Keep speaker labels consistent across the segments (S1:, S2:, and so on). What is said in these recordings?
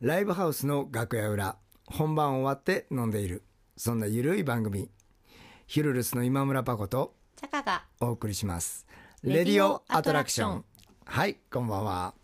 S1: ライブハウスの楽屋裏、本番終わって飲んでいる。そんなゆるい番組。ヒルルスの今村パコと
S2: チャカが
S1: お送りします。レ
S2: レ
S1: デ
S2: デ
S1: ィ
S2: ィ
S1: オ
S2: オ
S1: ア
S2: ア
S1: ト
S2: ト
S1: ラ
S2: ラ
S1: ク
S2: ク
S1: シ
S2: シ
S1: ョ
S2: ョ
S1: ン
S2: ン。
S1: はい、こんばんは。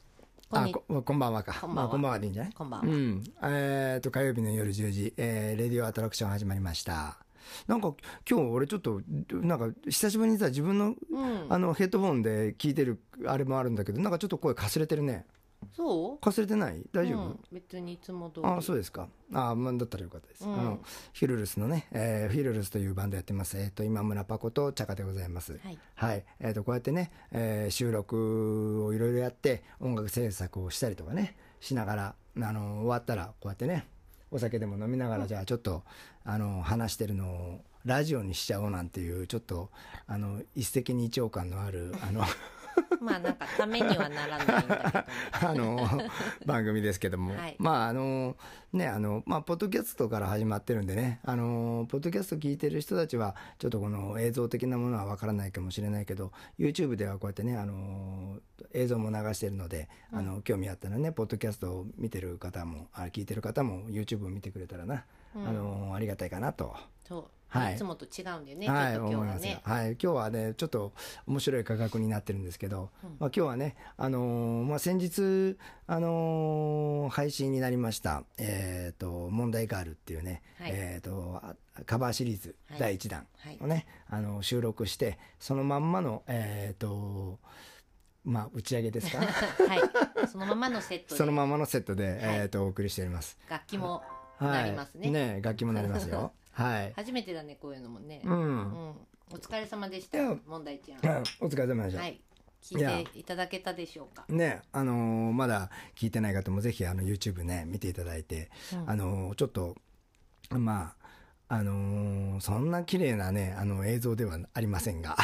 S2: こんに
S1: あここんばんはか。
S2: こんばんは
S1: まあ、こんばんはでいいんじゃない
S2: こんばん
S1: う
S2: は
S1: ん。えっ、と、火曜日の夜10時、えーレディオアトラクション始まりました。なんか、今日俺ちょっと、なんか、久しぶりにさ、自分の、
S2: うん
S1: あの、ヘッドホンで聞いてる、あれもあるんだけど、なんかちょっと声かすれてるね。
S2: そう
S1: かすれてない大丈夫、
S2: うん別にいつも通り
S1: ああそうですかああ、まあ、だったらよかったです、
S2: うん
S1: あのヒルルスのね、えー、ヒルルスというバンドやってますえっ、と今村パコとチャカでございます
S2: はい
S1: はい、えっ、とこうやってね、えー収録をいろいろやって音楽制作をしたりとかねしながらあの終わったらこうやってねお酒でも飲みながらじゃあちょっと、あの話してるのをラジオにしちゃおうなんていうちょっとあの一石二鳥感のあるあの
S2: まあなんかためにはならないんだ けどね
S1: あの番組ですけども、
S2: はい
S1: まああのねあのまあポッドキャストから始まってるんでねあのポッドキャスト聞いてる人たちはちょっとこの映像的なものはわからないかもしれないけど YouTube ではこうやってねあの映像も流してるので、あの興味あったらねポッドキャストを見てる方もあ聞いてる方も YouTube を見てくれたらな、
S2: うん
S1: あのありがたいかなと。
S2: そう、
S1: はい
S2: い、つもと違うんだよね、
S1: はい、
S2: ちょっ
S1: 思
S2: と
S1: い
S2: 今日は
S1: ますよ
S2: ね。
S1: はい、今日はね、ちょっと面白い価格になってるんですけど、
S2: うん
S1: まあ今日はね、あのーまあ先日あのー配信になりました、えっ、と問題ガールっていうね、
S2: はい
S1: えっ、とあカバーシリーズ
S2: はい
S1: 第一弾
S2: はい
S1: をね、あの収録してそのまんまのえっ、とまあ打ち上げ ですか、
S2: はい、そのままのセット
S1: その
S2: で
S1: ままのセットで、えっ、とお送りしております。
S2: 楽器も
S1: はい、
S2: なりますね,、
S1: ね楽器もなります よ。はい。
S2: 初めてだねこういうのもね、
S1: う。
S2: うんお疲れ様でした
S1: いや
S2: 問題ちゃん
S1: うん お疲れ様でした。
S2: はい聞いていただけたでしょうか
S1: ね、あのーまだ聞いてない方もぜひあの YouTube ね、見ていただいて、
S2: うん
S1: あのーちょっと、まあ、あのーそんな綺麗なね、あの映像ではありませんが、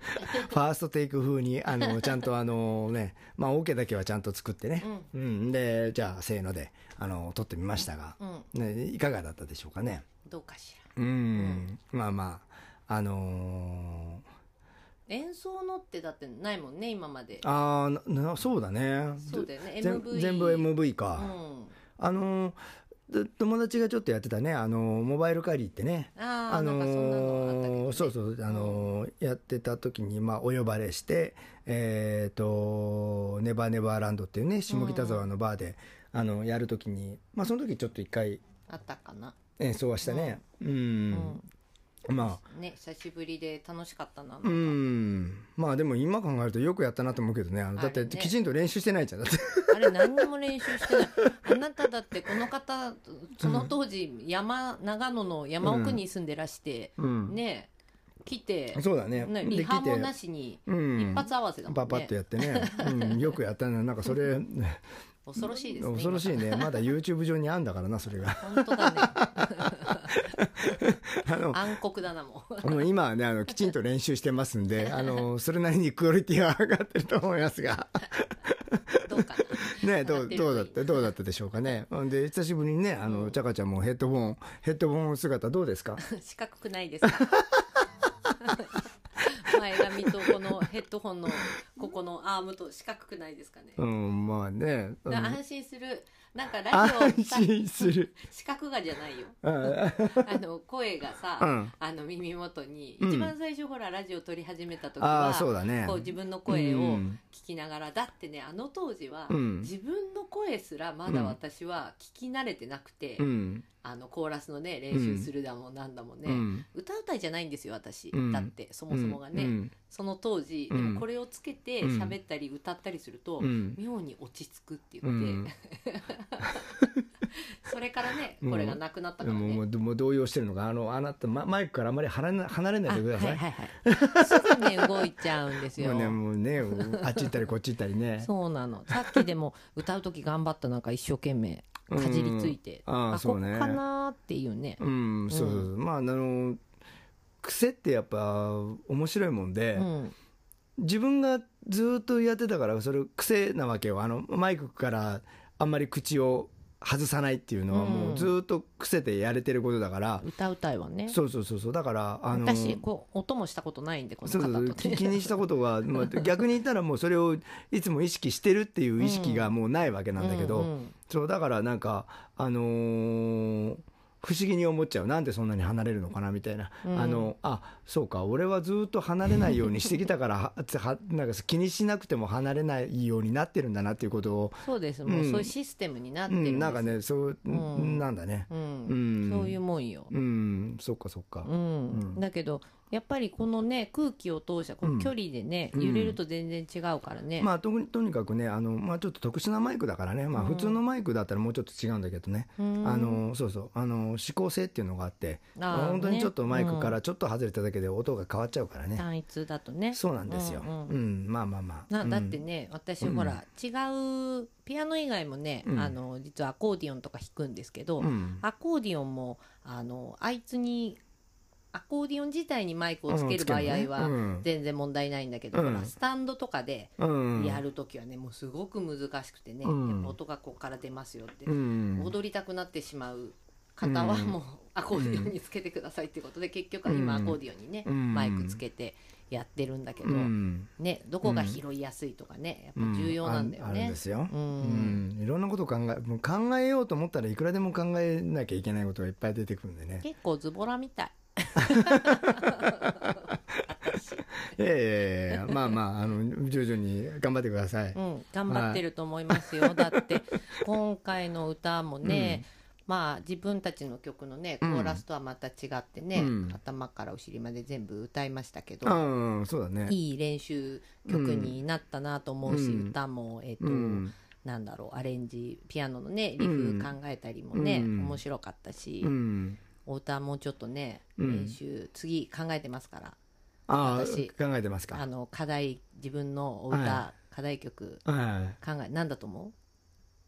S1: ファーストテイク風に、あのちゃんとあのね、まあ、オ、ケだけはちゃんと作ってね、うん、で、じゃあ、せーので、あの撮ってみましたが、
S2: うん、うん、
S1: ね、いかがだったでしょうかね。
S2: どうかしら
S1: うん、まあまあ、あの
S2: 演奏のってだってないもんね今まで
S1: ーあーなな、そうだね。
S2: そうだよね
S1: ぜ
S2: MV
S1: 全部 MV
S2: う
S1: か。
S2: ん
S1: あのーで友達がちょっとやってたね、あのーモバイルカリーってね、
S2: あー
S1: あ
S2: なんかそんなのあったけどね、
S1: のーそうそう、あのーやってた時に、まあ、お呼ばれして、えっ、と、ネバーネバーランドっていうね、下北沢のバーで、あの、やる時に、まあ、その時ちょっと一回
S2: あったかな、
S1: 演奏はしたね。うん。まあ、
S2: ね久しぶりで楽しかったななん
S1: う
S2: か
S1: ん。まあ、でも今考えるとよくやったなと思うけどね、あのだっ
S2: あ
S1: て
S2: れね
S1: きちんと練習してないじゃん、だって。
S2: あれ何にも練習してないあなただってこの方その当時山長野の山奥に住んでらして、
S1: うん。
S2: ね来 て、
S1: そうだね。
S2: ね
S1: で
S2: リハも
S1: 来て
S2: なしに
S1: うん
S2: 一発合わせだもんね、
S1: パパッとやってね、うん、よくやったねなんかそれ
S2: 恐ろしいですね
S1: 恐ろしいねまだ YouTube 上にあんだからなそれが
S2: 今本当だね
S1: あの
S2: 暗黒だなもう
S1: もう今はねあのきちんと練習してますんであのそれなりにクオリティは上がってると思いますが
S2: どうか
S1: ねどう
S2: 上がってる
S1: どう
S2: といい
S1: だったどうだったでしょうかねほんで久しぶりにねあのちゃかちゃんもヘッドホンヘッドホン姿どうですか
S2: な四角くないですか 前髪とこのヘッドホンのここのアームと四角くないですかね、
S1: うんまあねあ
S2: な
S1: の
S2: 安心するなんかラジオ
S1: 安心する
S2: 四角がじゃないよ
S1: うん
S2: あの声がさ、
S1: うん
S2: あの耳元に、
S1: うん
S2: 一番最初ほらラジオ撮り始めた時
S1: ああ
S2: は
S1: そうだね
S2: こう自分の声を
S1: うん
S2: 聞きながら、だってねあの当時は、
S1: うん
S2: 自分の声すらまだ私は聞き慣れてなくて、
S1: うん
S2: あのコーラスのね練習するだもんなんだもんね、
S1: うん
S2: 歌うたいじゃないんですよ私、
S1: うん
S2: だってそもそもがね、
S1: うん
S2: その当時、
S1: うん
S2: でもこれをつけて
S1: うん
S2: 喋ったり歌ったりすると、
S1: うん
S2: 妙に落ち着くって言って、
S1: うん
S2: それからね
S1: うん
S2: これがなくなったからね、
S1: もうもうもう動揺してるのがあのあなた、まマイクからあまり離れな離れないでください。
S2: あはいはいはい。すぐね、動いちゃうんですよ。
S1: もうねもうね うあっち行ったりこっち行ったりね。
S2: そうなの。さっきでも歌う時頑張ったなんか一生懸命かじりついて、
S1: うんあーそうね
S2: ここかなーっていうね。
S1: うんそうそうそう、まああの癖ってやっぱ面白いもんで、
S2: うん。
S1: 自分がずっとやってたからそれ癖なわけよあのマイクからあんまり口を外さないっていうのはもうずっと癖でやれてることだから、
S2: 歌うたいわね。
S1: そうそうそうそうだからあの
S2: 私こう音もしたことないんでこの
S1: そ
S2: 方
S1: う
S2: と
S1: そうそう
S2: ね
S1: 気気にしたことが、まあ、逆に言ったらもうそれをいつも意識してるっていう意識がもうないわけなんだけど、
S2: うんうん
S1: そうだからなんかあのー不思議に思っちゃうなんでそんなに離れるのかなみたいな、
S2: うん
S1: あのあそうか俺はずっと離れないようにしてきたから はつはなんか気にしなくても離れないようになってるんだなっていうことを、
S2: そうですも
S1: う
S2: う
S1: ん
S2: そういうシステムになっ
S1: う
S2: てるんです
S1: ん、なんかねそう、
S2: うん
S1: なんだね
S2: うん
S1: うん
S2: そういうもんよ。
S1: うんそっかそっか、
S2: うん
S1: うん
S2: だけどやっぱりこのね空気を通したこ
S1: うん
S2: の距離でね、
S1: うん
S2: 揺れると全然違うからね、
S1: まあ、とにとにかくねあの、まあ、ちょっと特殊なマイクだからね、まあ、
S2: うん
S1: 普通のマイクだったらもうちょっと違うんだけどね、
S2: うん
S1: あのそうそうあの指向性っていうのがあって
S2: あー
S1: 本当に
S2: ね
S1: ちょっとマイクからちょっと外れただけで音が変わっちゃうからね、
S2: 単一だとね
S1: そうなんですよ、う
S2: うんん
S1: まあまあまあ
S2: な
S1: うん
S2: だってね、私
S1: うん
S2: ほら、違うピアノ以外もね、
S1: うん
S2: あの実はアコーディオンとか弾くんですけど、
S1: うん
S2: アコーディオンもあのあいつにアコーディオン自体にマイクをつける場合
S1: う
S2: は
S1: ん
S2: 全然問題ないんだけど、
S1: うん
S2: ほらスタンドとかで
S1: うん
S2: やるときはねもうすごく難しくてね、
S1: うん
S2: やっぱ音がここから出ますよって、
S1: うん
S2: 踊りたくなってしまう方は
S1: うん
S2: もうアコーディオンにつけてくださいっていうことで結局は今
S1: う
S2: ア
S1: ん
S2: コーディオンにね、
S1: うん
S2: マイクつけてやってるんだけど、
S1: うん
S2: ね、どこが拾いやすいとかねや
S1: う
S2: っ
S1: ん
S2: ぱ重要なんだよ
S1: ああるん
S2: ね
S1: で。すよ、
S2: う
S1: うん
S2: ん
S1: いろんなこと考えもう考えようと思ったらいくらでも考えなきゃいけないことがいっぱい出てくるんでね
S2: 結構ズボラみたい。
S1: いやいやいやまあまああの徐々に頑張ってください、
S2: うん、頑張ってると思いま すよ。だって、今回の歌もね、まあ自分たちの曲のね、コ
S1: うん
S2: ーラスとはまた違ってね、
S1: うん
S2: 頭からお尻まで全部歌いましたけど、
S1: うん、そうだね。
S2: いい練習曲になったなと思うし、
S1: うん
S2: 歌も、えっ、と、
S1: うん、
S2: なんだろう、アレンジ、ピアノのね、リフ考えたりもね、
S1: うん
S2: 面白かったし、
S1: うん、
S2: お歌もちょっとね、
S1: うん
S2: 練習、次考えてますから、
S1: ああ
S2: 私
S1: 考えてます
S2: あ
S1: か。
S2: の、課題、自分のお歌、
S1: は
S2: 課題曲、
S1: は
S2: 考え、なんだと思う
S1: い。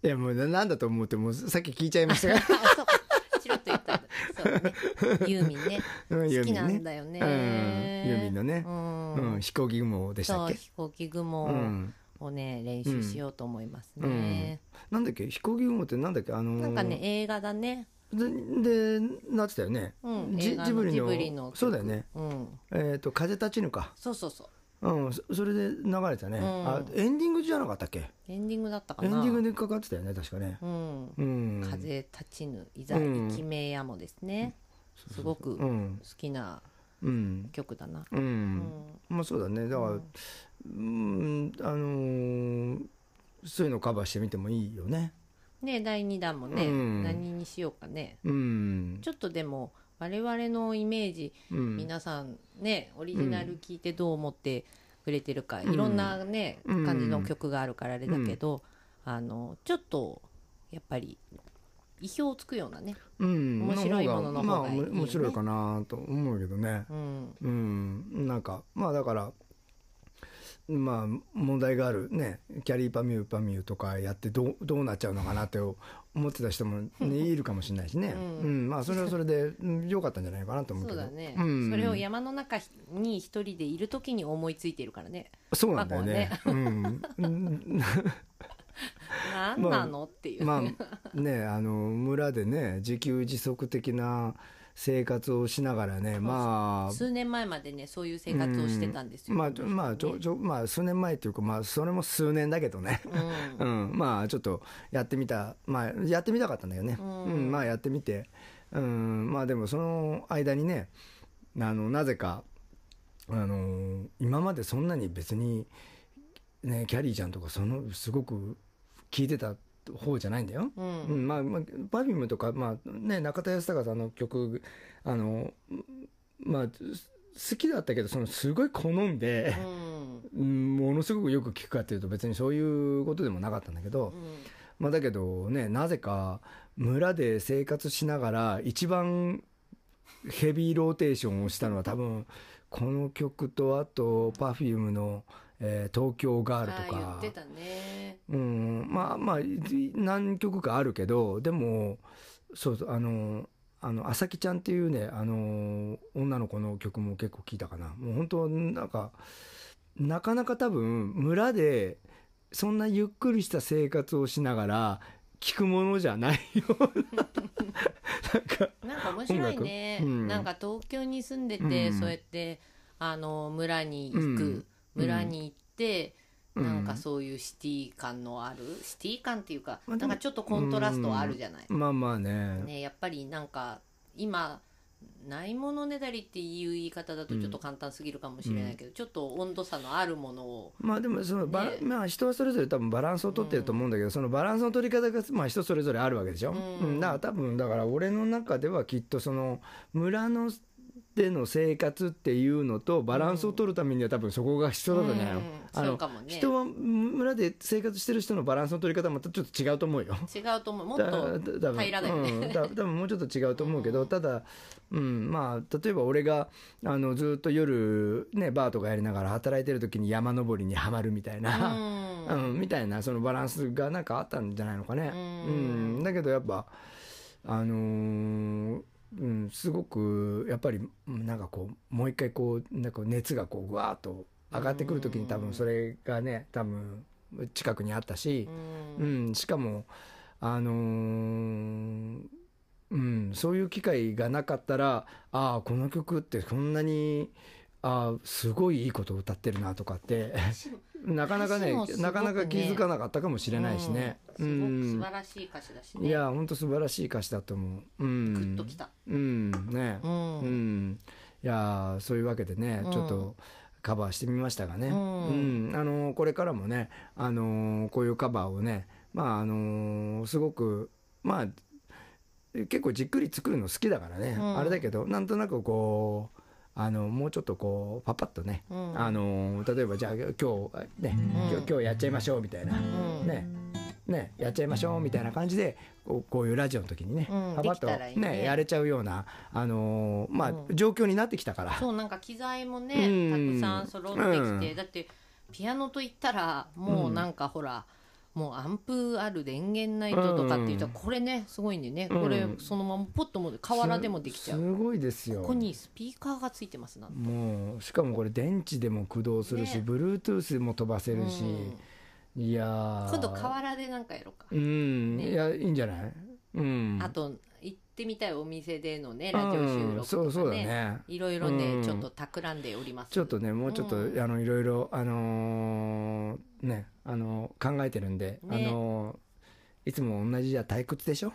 S1: いやもうななんだと思ってもうさっき聞いちゃいましたが
S2: あそうかチロッと言ったんだ そうねユーミンね
S1: うんユ
S2: 好
S1: ーミ
S2: き
S1: ンね
S2: なんだよね
S1: うんユーミンのね
S2: う、
S1: うんん、飛行機雲でした
S2: そ
S1: っ
S2: う
S1: け。
S2: 飛行機
S1: う
S2: 雲
S1: ん、
S2: をね練習しようと思いますね、
S1: なんだっけ飛行機雲ってなんだっけあのー
S2: なんかね映画だね、
S1: ででなってたよね。
S2: うん、
S1: ジ
S2: 映画
S1: ジブリの
S2: ジブリの曲
S1: そうだよね、
S2: うん、
S1: えっと風立ちぬか。
S2: そうそうそう
S1: うんそそれで流れたね。
S2: うん
S1: あエンディングじゃなかったっけ。
S2: エンディングだったか
S1: エ
S2: な
S1: ンディングでかかってたよね確かね。
S2: うん
S1: うん。
S2: 風立ちぬいざ
S1: うん
S2: きめやもですね、すごく
S1: う
S2: 好
S1: ん
S2: きな
S1: うん
S2: 曲だな、
S1: う
S2: うん
S1: ん。まあそうだねだから、うん、あのーそういうのカバーしてみてもいいよね。
S2: ね第2弾もね、
S1: うん
S2: 何にしようかね
S1: うん。
S2: ちょっとでも我々のイメージ、
S1: うん
S2: 皆さんねオリジナル聞いてどう思ってくれてるか、
S1: うん
S2: いろんなね、
S1: うん
S2: 感じの曲があるからあれだけど、あのちょっとやっぱり意表をつくようなね、
S1: うん、
S2: 面白いものの方がいいよね
S1: まあ、面白いかなと思うけどね。
S2: うん、
S1: うん。なんか、まあだから、まあ問題があるね、キャリーパミューパミューとかやってどうどうなっちゃうのかなって思ってた人も、ね、いるかもしれないしね。う
S2: うんん、
S1: まあそれはそれでうん良かったんじゃないかなと思うけ
S2: そう
S1: ど。
S2: だね、
S1: うん
S2: それを山の中に一人でいる時に思いついてるからね
S1: そうなんだよね。うん。
S2: 何なの、っていう、
S1: まあねあの村でね自給自足的な生活をしながらねまあ
S2: 数年前までねそういう生活をしてたんですよ、
S1: まあちょまあちょちょまあ数年前というかまあそれも数年だけどね
S2: うん
S1: うんまあちょっとやってみたまあやってみたかったんだよね
S2: うん
S1: うんまあやってみてうんまあでもその間にねあのなぜかあの今までそんなに別にねキャリーちゃんとかそのすごく聞いてた方じゃないんだよ。
S2: うん
S1: うんまあ、まあ、バビムとか、まあね、中田康隆さんの曲、あの、まあ、す好きだったけど、そのすごい好んで、
S2: うん
S1: うんものすごくよく聞くかっていうと別にそういうことでもなかったんだけど
S2: う、ん
S1: まあだけどね、なぜか村で生活しながら一番ヘビーローテーションをしたのは多分、この曲とあと、パフュームの、えー東京ガールとか
S2: あ。ー言ってたね
S1: うん、まあまあ、い何曲かあるけど、でも、そうそう、あの、あの、あさきちゃんっていうね、あの、女の子の曲も結構聞いたかな。もう本当、なんか、なかなか多分、村で、そんなゆっくりした生活をしながら、聞くものじゃないような なんか
S2: なんか面白いね、
S1: 音楽うん
S2: なんか東京に住んでて、
S1: うん
S2: そうやってあの村に行く、
S1: うん
S2: 村に行って、
S1: うん
S2: なんかそういうシティ感のあるシティ感っていうか、
S1: まあで
S2: な
S1: も
S2: んかちょっとコントラストはあるじゃない、
S1: まあまあね
S2: ね、やっぱりなんか今ないものねだりっていう言い方だとちょっと簡単すぎるかもしれないけど、ちょっと温度差のあるものを
S1: まあでもそのば、
S2: ね
S1: まあ人はそれぞれ多分バランスを取ってると思うんだけど、そのバランスの取り方がまあ人それぞれあるわけでしょ、
S2: うん
S1: うん、だから多分だから俺の中ではきっとその村のでの生活っていうのとバランスを取るためには多分そこが必要だったんじゃないの,、
S2: うん
S1: あ
S2: そう
S1: の
S2: かもね
S1: 人は村で生活してる人のバランスの取り方はまたちょっと違うと思うよ。
S2: 違うと思うもっ
S1: だ
S2: と
S1: だ
S2: 平らだよね
S1: うん、だ多分もうちょっと違うと思うけど、ただ、うん、まあ例えば俺があのずっと夜、ね、バーとかやりながら働いてる時に山登りにはまるみたいな、
S2: う
S1: うんんみたいなそのバランスがなんかあったんじゃないのかね。
S2: う
S1: うんんだけどやっぱあのーうん、すごくやっぱりうんなんかこうもう一回こうなんか熱がこうぐわーっと上がってくる時に多分それがね多分近くにあったし。
S2: うん
S1: うん、しかも、あのーうん、そういう機会がなかったら、ああ、この曲ってこんなに、ああ、すごいいいことを歌ってるなとかって、 なかなかね
S2: 歌詞もすごくね
S1: なかなか気づかなかったかもしれないしね。
S2: う
S1: うん
S2: すごく
S1: ん
S2: 素晴らしい歌詞だしね
S1: いや、本当素晴らしい歌詞だと思う。うん。
S2: グッときた
S1: うん、ね。
S2: ん
S1: うん、いやーそういうわけでね、
S2: うん
S1: ちょっとカバーしてみましたがね、
S2: うん
S1: うんあのーこれからもね、あのーこういうカバーをね、まああのーすごく、まあ、結構じっくり作るの好きだからね、
S2: うん
S1: あれだけどなんとなくこうあのもうちょっとこうパパッとね、
S2: うん
S1: あのー例えばじゃあ今日ね、今
S2: うん
S1: 日今日やっちゃいましょうみたいな。
S2: うん
S1: ねね、やっちゃいましょうみたいな感じでこうこういうラジオの時にね、
S2: う
S1: パ
S2: ん
S1: パッ
S2: できたらいい
S1: と、
S2: ね
S1: ね、やれちゃうような、あのーまあ
S2: う
S1: 状況になってきたから、
S2: そうなんか機材もね、
S1: うん
S2: たくさん揃ってきて、
S1: うん
S2: だってピアノと言ったらもうなんかほら、もうアンプある電源ないととかって言ったら
S1: うん
S2: これねすごいんでね、
S1: うん
S2: これそのままポッとも河原でもできちゃ
S1: す
S2: う
S1: すごいですよ
S2: ここにスピーカーがついてますなんて
S1: もうしかもこれ電池でも駆動するし、
S2: ね
S1: Bluetooth も飛ばせるし、
S2: うん
S1: いやー
S2: 今度河原でなんかやろうか、
S1: うん、
S2: ね
S1: いやいいんじゃないうん
S2: あと行ってみたいお店でのねラジオ収
S1: うん
S2: 録
S1: そう
S2: と
S1: そう
S2: か
S1: だ
S2: ね,、
S1: ね
S2: いろいろね、
S1: うん
S2: ちょっと企んでおります
S1: ちょっとねもうちょっと、
S2: うん
S1: あのいろいろあのーねあのー考えてるんで、
S2: ね
S1: あのーいつも同じじゃ退屈でしょ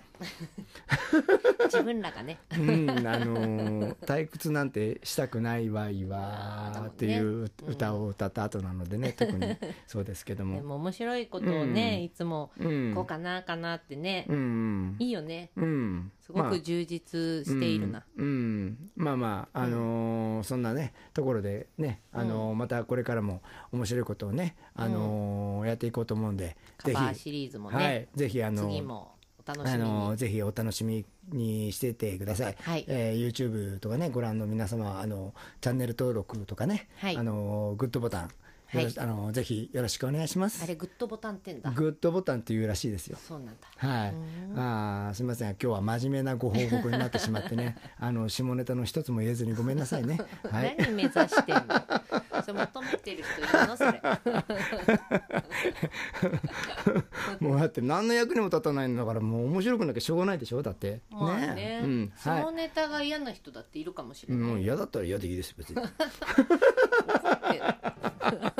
S2: 自分らがね
S1: うん、あのー退屈なんてしたくないわい
S2: あーだもん
S1: わ
S2: ね
S1: っていう歌を歌った後なのでね、特にそうですけど も。
S2: で も面白いことをね、
S1: うん
S2: いつも
S1: うん
S2: こうかなかなってね、
S1: うん
S2: いいよね
S1: うん、
S2: すご
S1: ま
S2: く充実しているな。
S1: うん、うんまあまあ、あのーそんなねところでね、あのーまたこれからも面白いことをね、あのーやっていこうと思うんで
S2: カ
S1: ぜひ、
S2: バーシリーズもね、
S1: はい、ぜひあのー
S2: 次もお楽し
S1: あ
S2: みに、
S1: のぜひお楽しみにしててください、
S2: はい
S1: えー YouTube とかねご覧の皆様あのチャンネル登録とかね、
S2: はい
S1: あのグッドボタン、
S2: はい
S1: よろしあのぜひよろしくお願いします
S2: あれグッドボタンってんだ
S1: グッドボタンっていうらしいですよ
S2: そうなんだ
S1: はいう
S2: ー
S1: あーすみません今日は真面目なご報告になってしまって ねあの下ネタの一つも入れずにごめんなさいねはい
S2: 何目指してんの それ求めてる人いる のそれ
S1: もうだって何の役にも立たないんだからもう面白くなきゃしょうがないでしょだって
S2: まあね、
S1: うん、
S2: そ
S1: は
S2: のネタが嫌な人だっているかもし
S1: い
S2: れない、
S1: もう嫌だったら嫌でいいです別に
S2: 怒って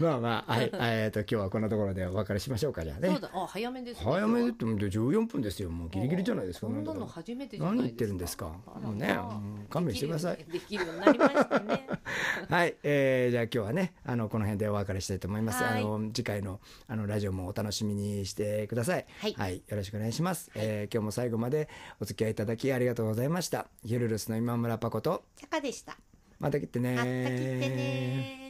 S1: まあまあ、はい、えっと、今日はこんなところでお別れしましょうか、じゃあ
S2: そ
S1: ね
S2: う。だあ早めですね
S1: 早めでってもう14分ですよ、もうギリギリじゃないですか。
S2: そん
S1: な
S2: なん
S1: だ
S2: の
S1: ろう
S2: 初めてじゃない
S1: 何言ってるんですか。
S2: あら
S1: もうね、うん勘弁してください。
S2: できるようになりましたね
S1: はい、えーじゃあ今日はね、あの、この辺でお別れしたいと思います。
S2: は
S1: あ
S2: い
S1: の、次回の、あの、ラジオもお楽しみにしてください。
S2: はい
S1: よろしくお願いします。えー今日も最後までお付き合いいただきありがとうございました。ゆるるすの今村パコと、
S2: チャカでした
S1: また来てね
S2: あったきってね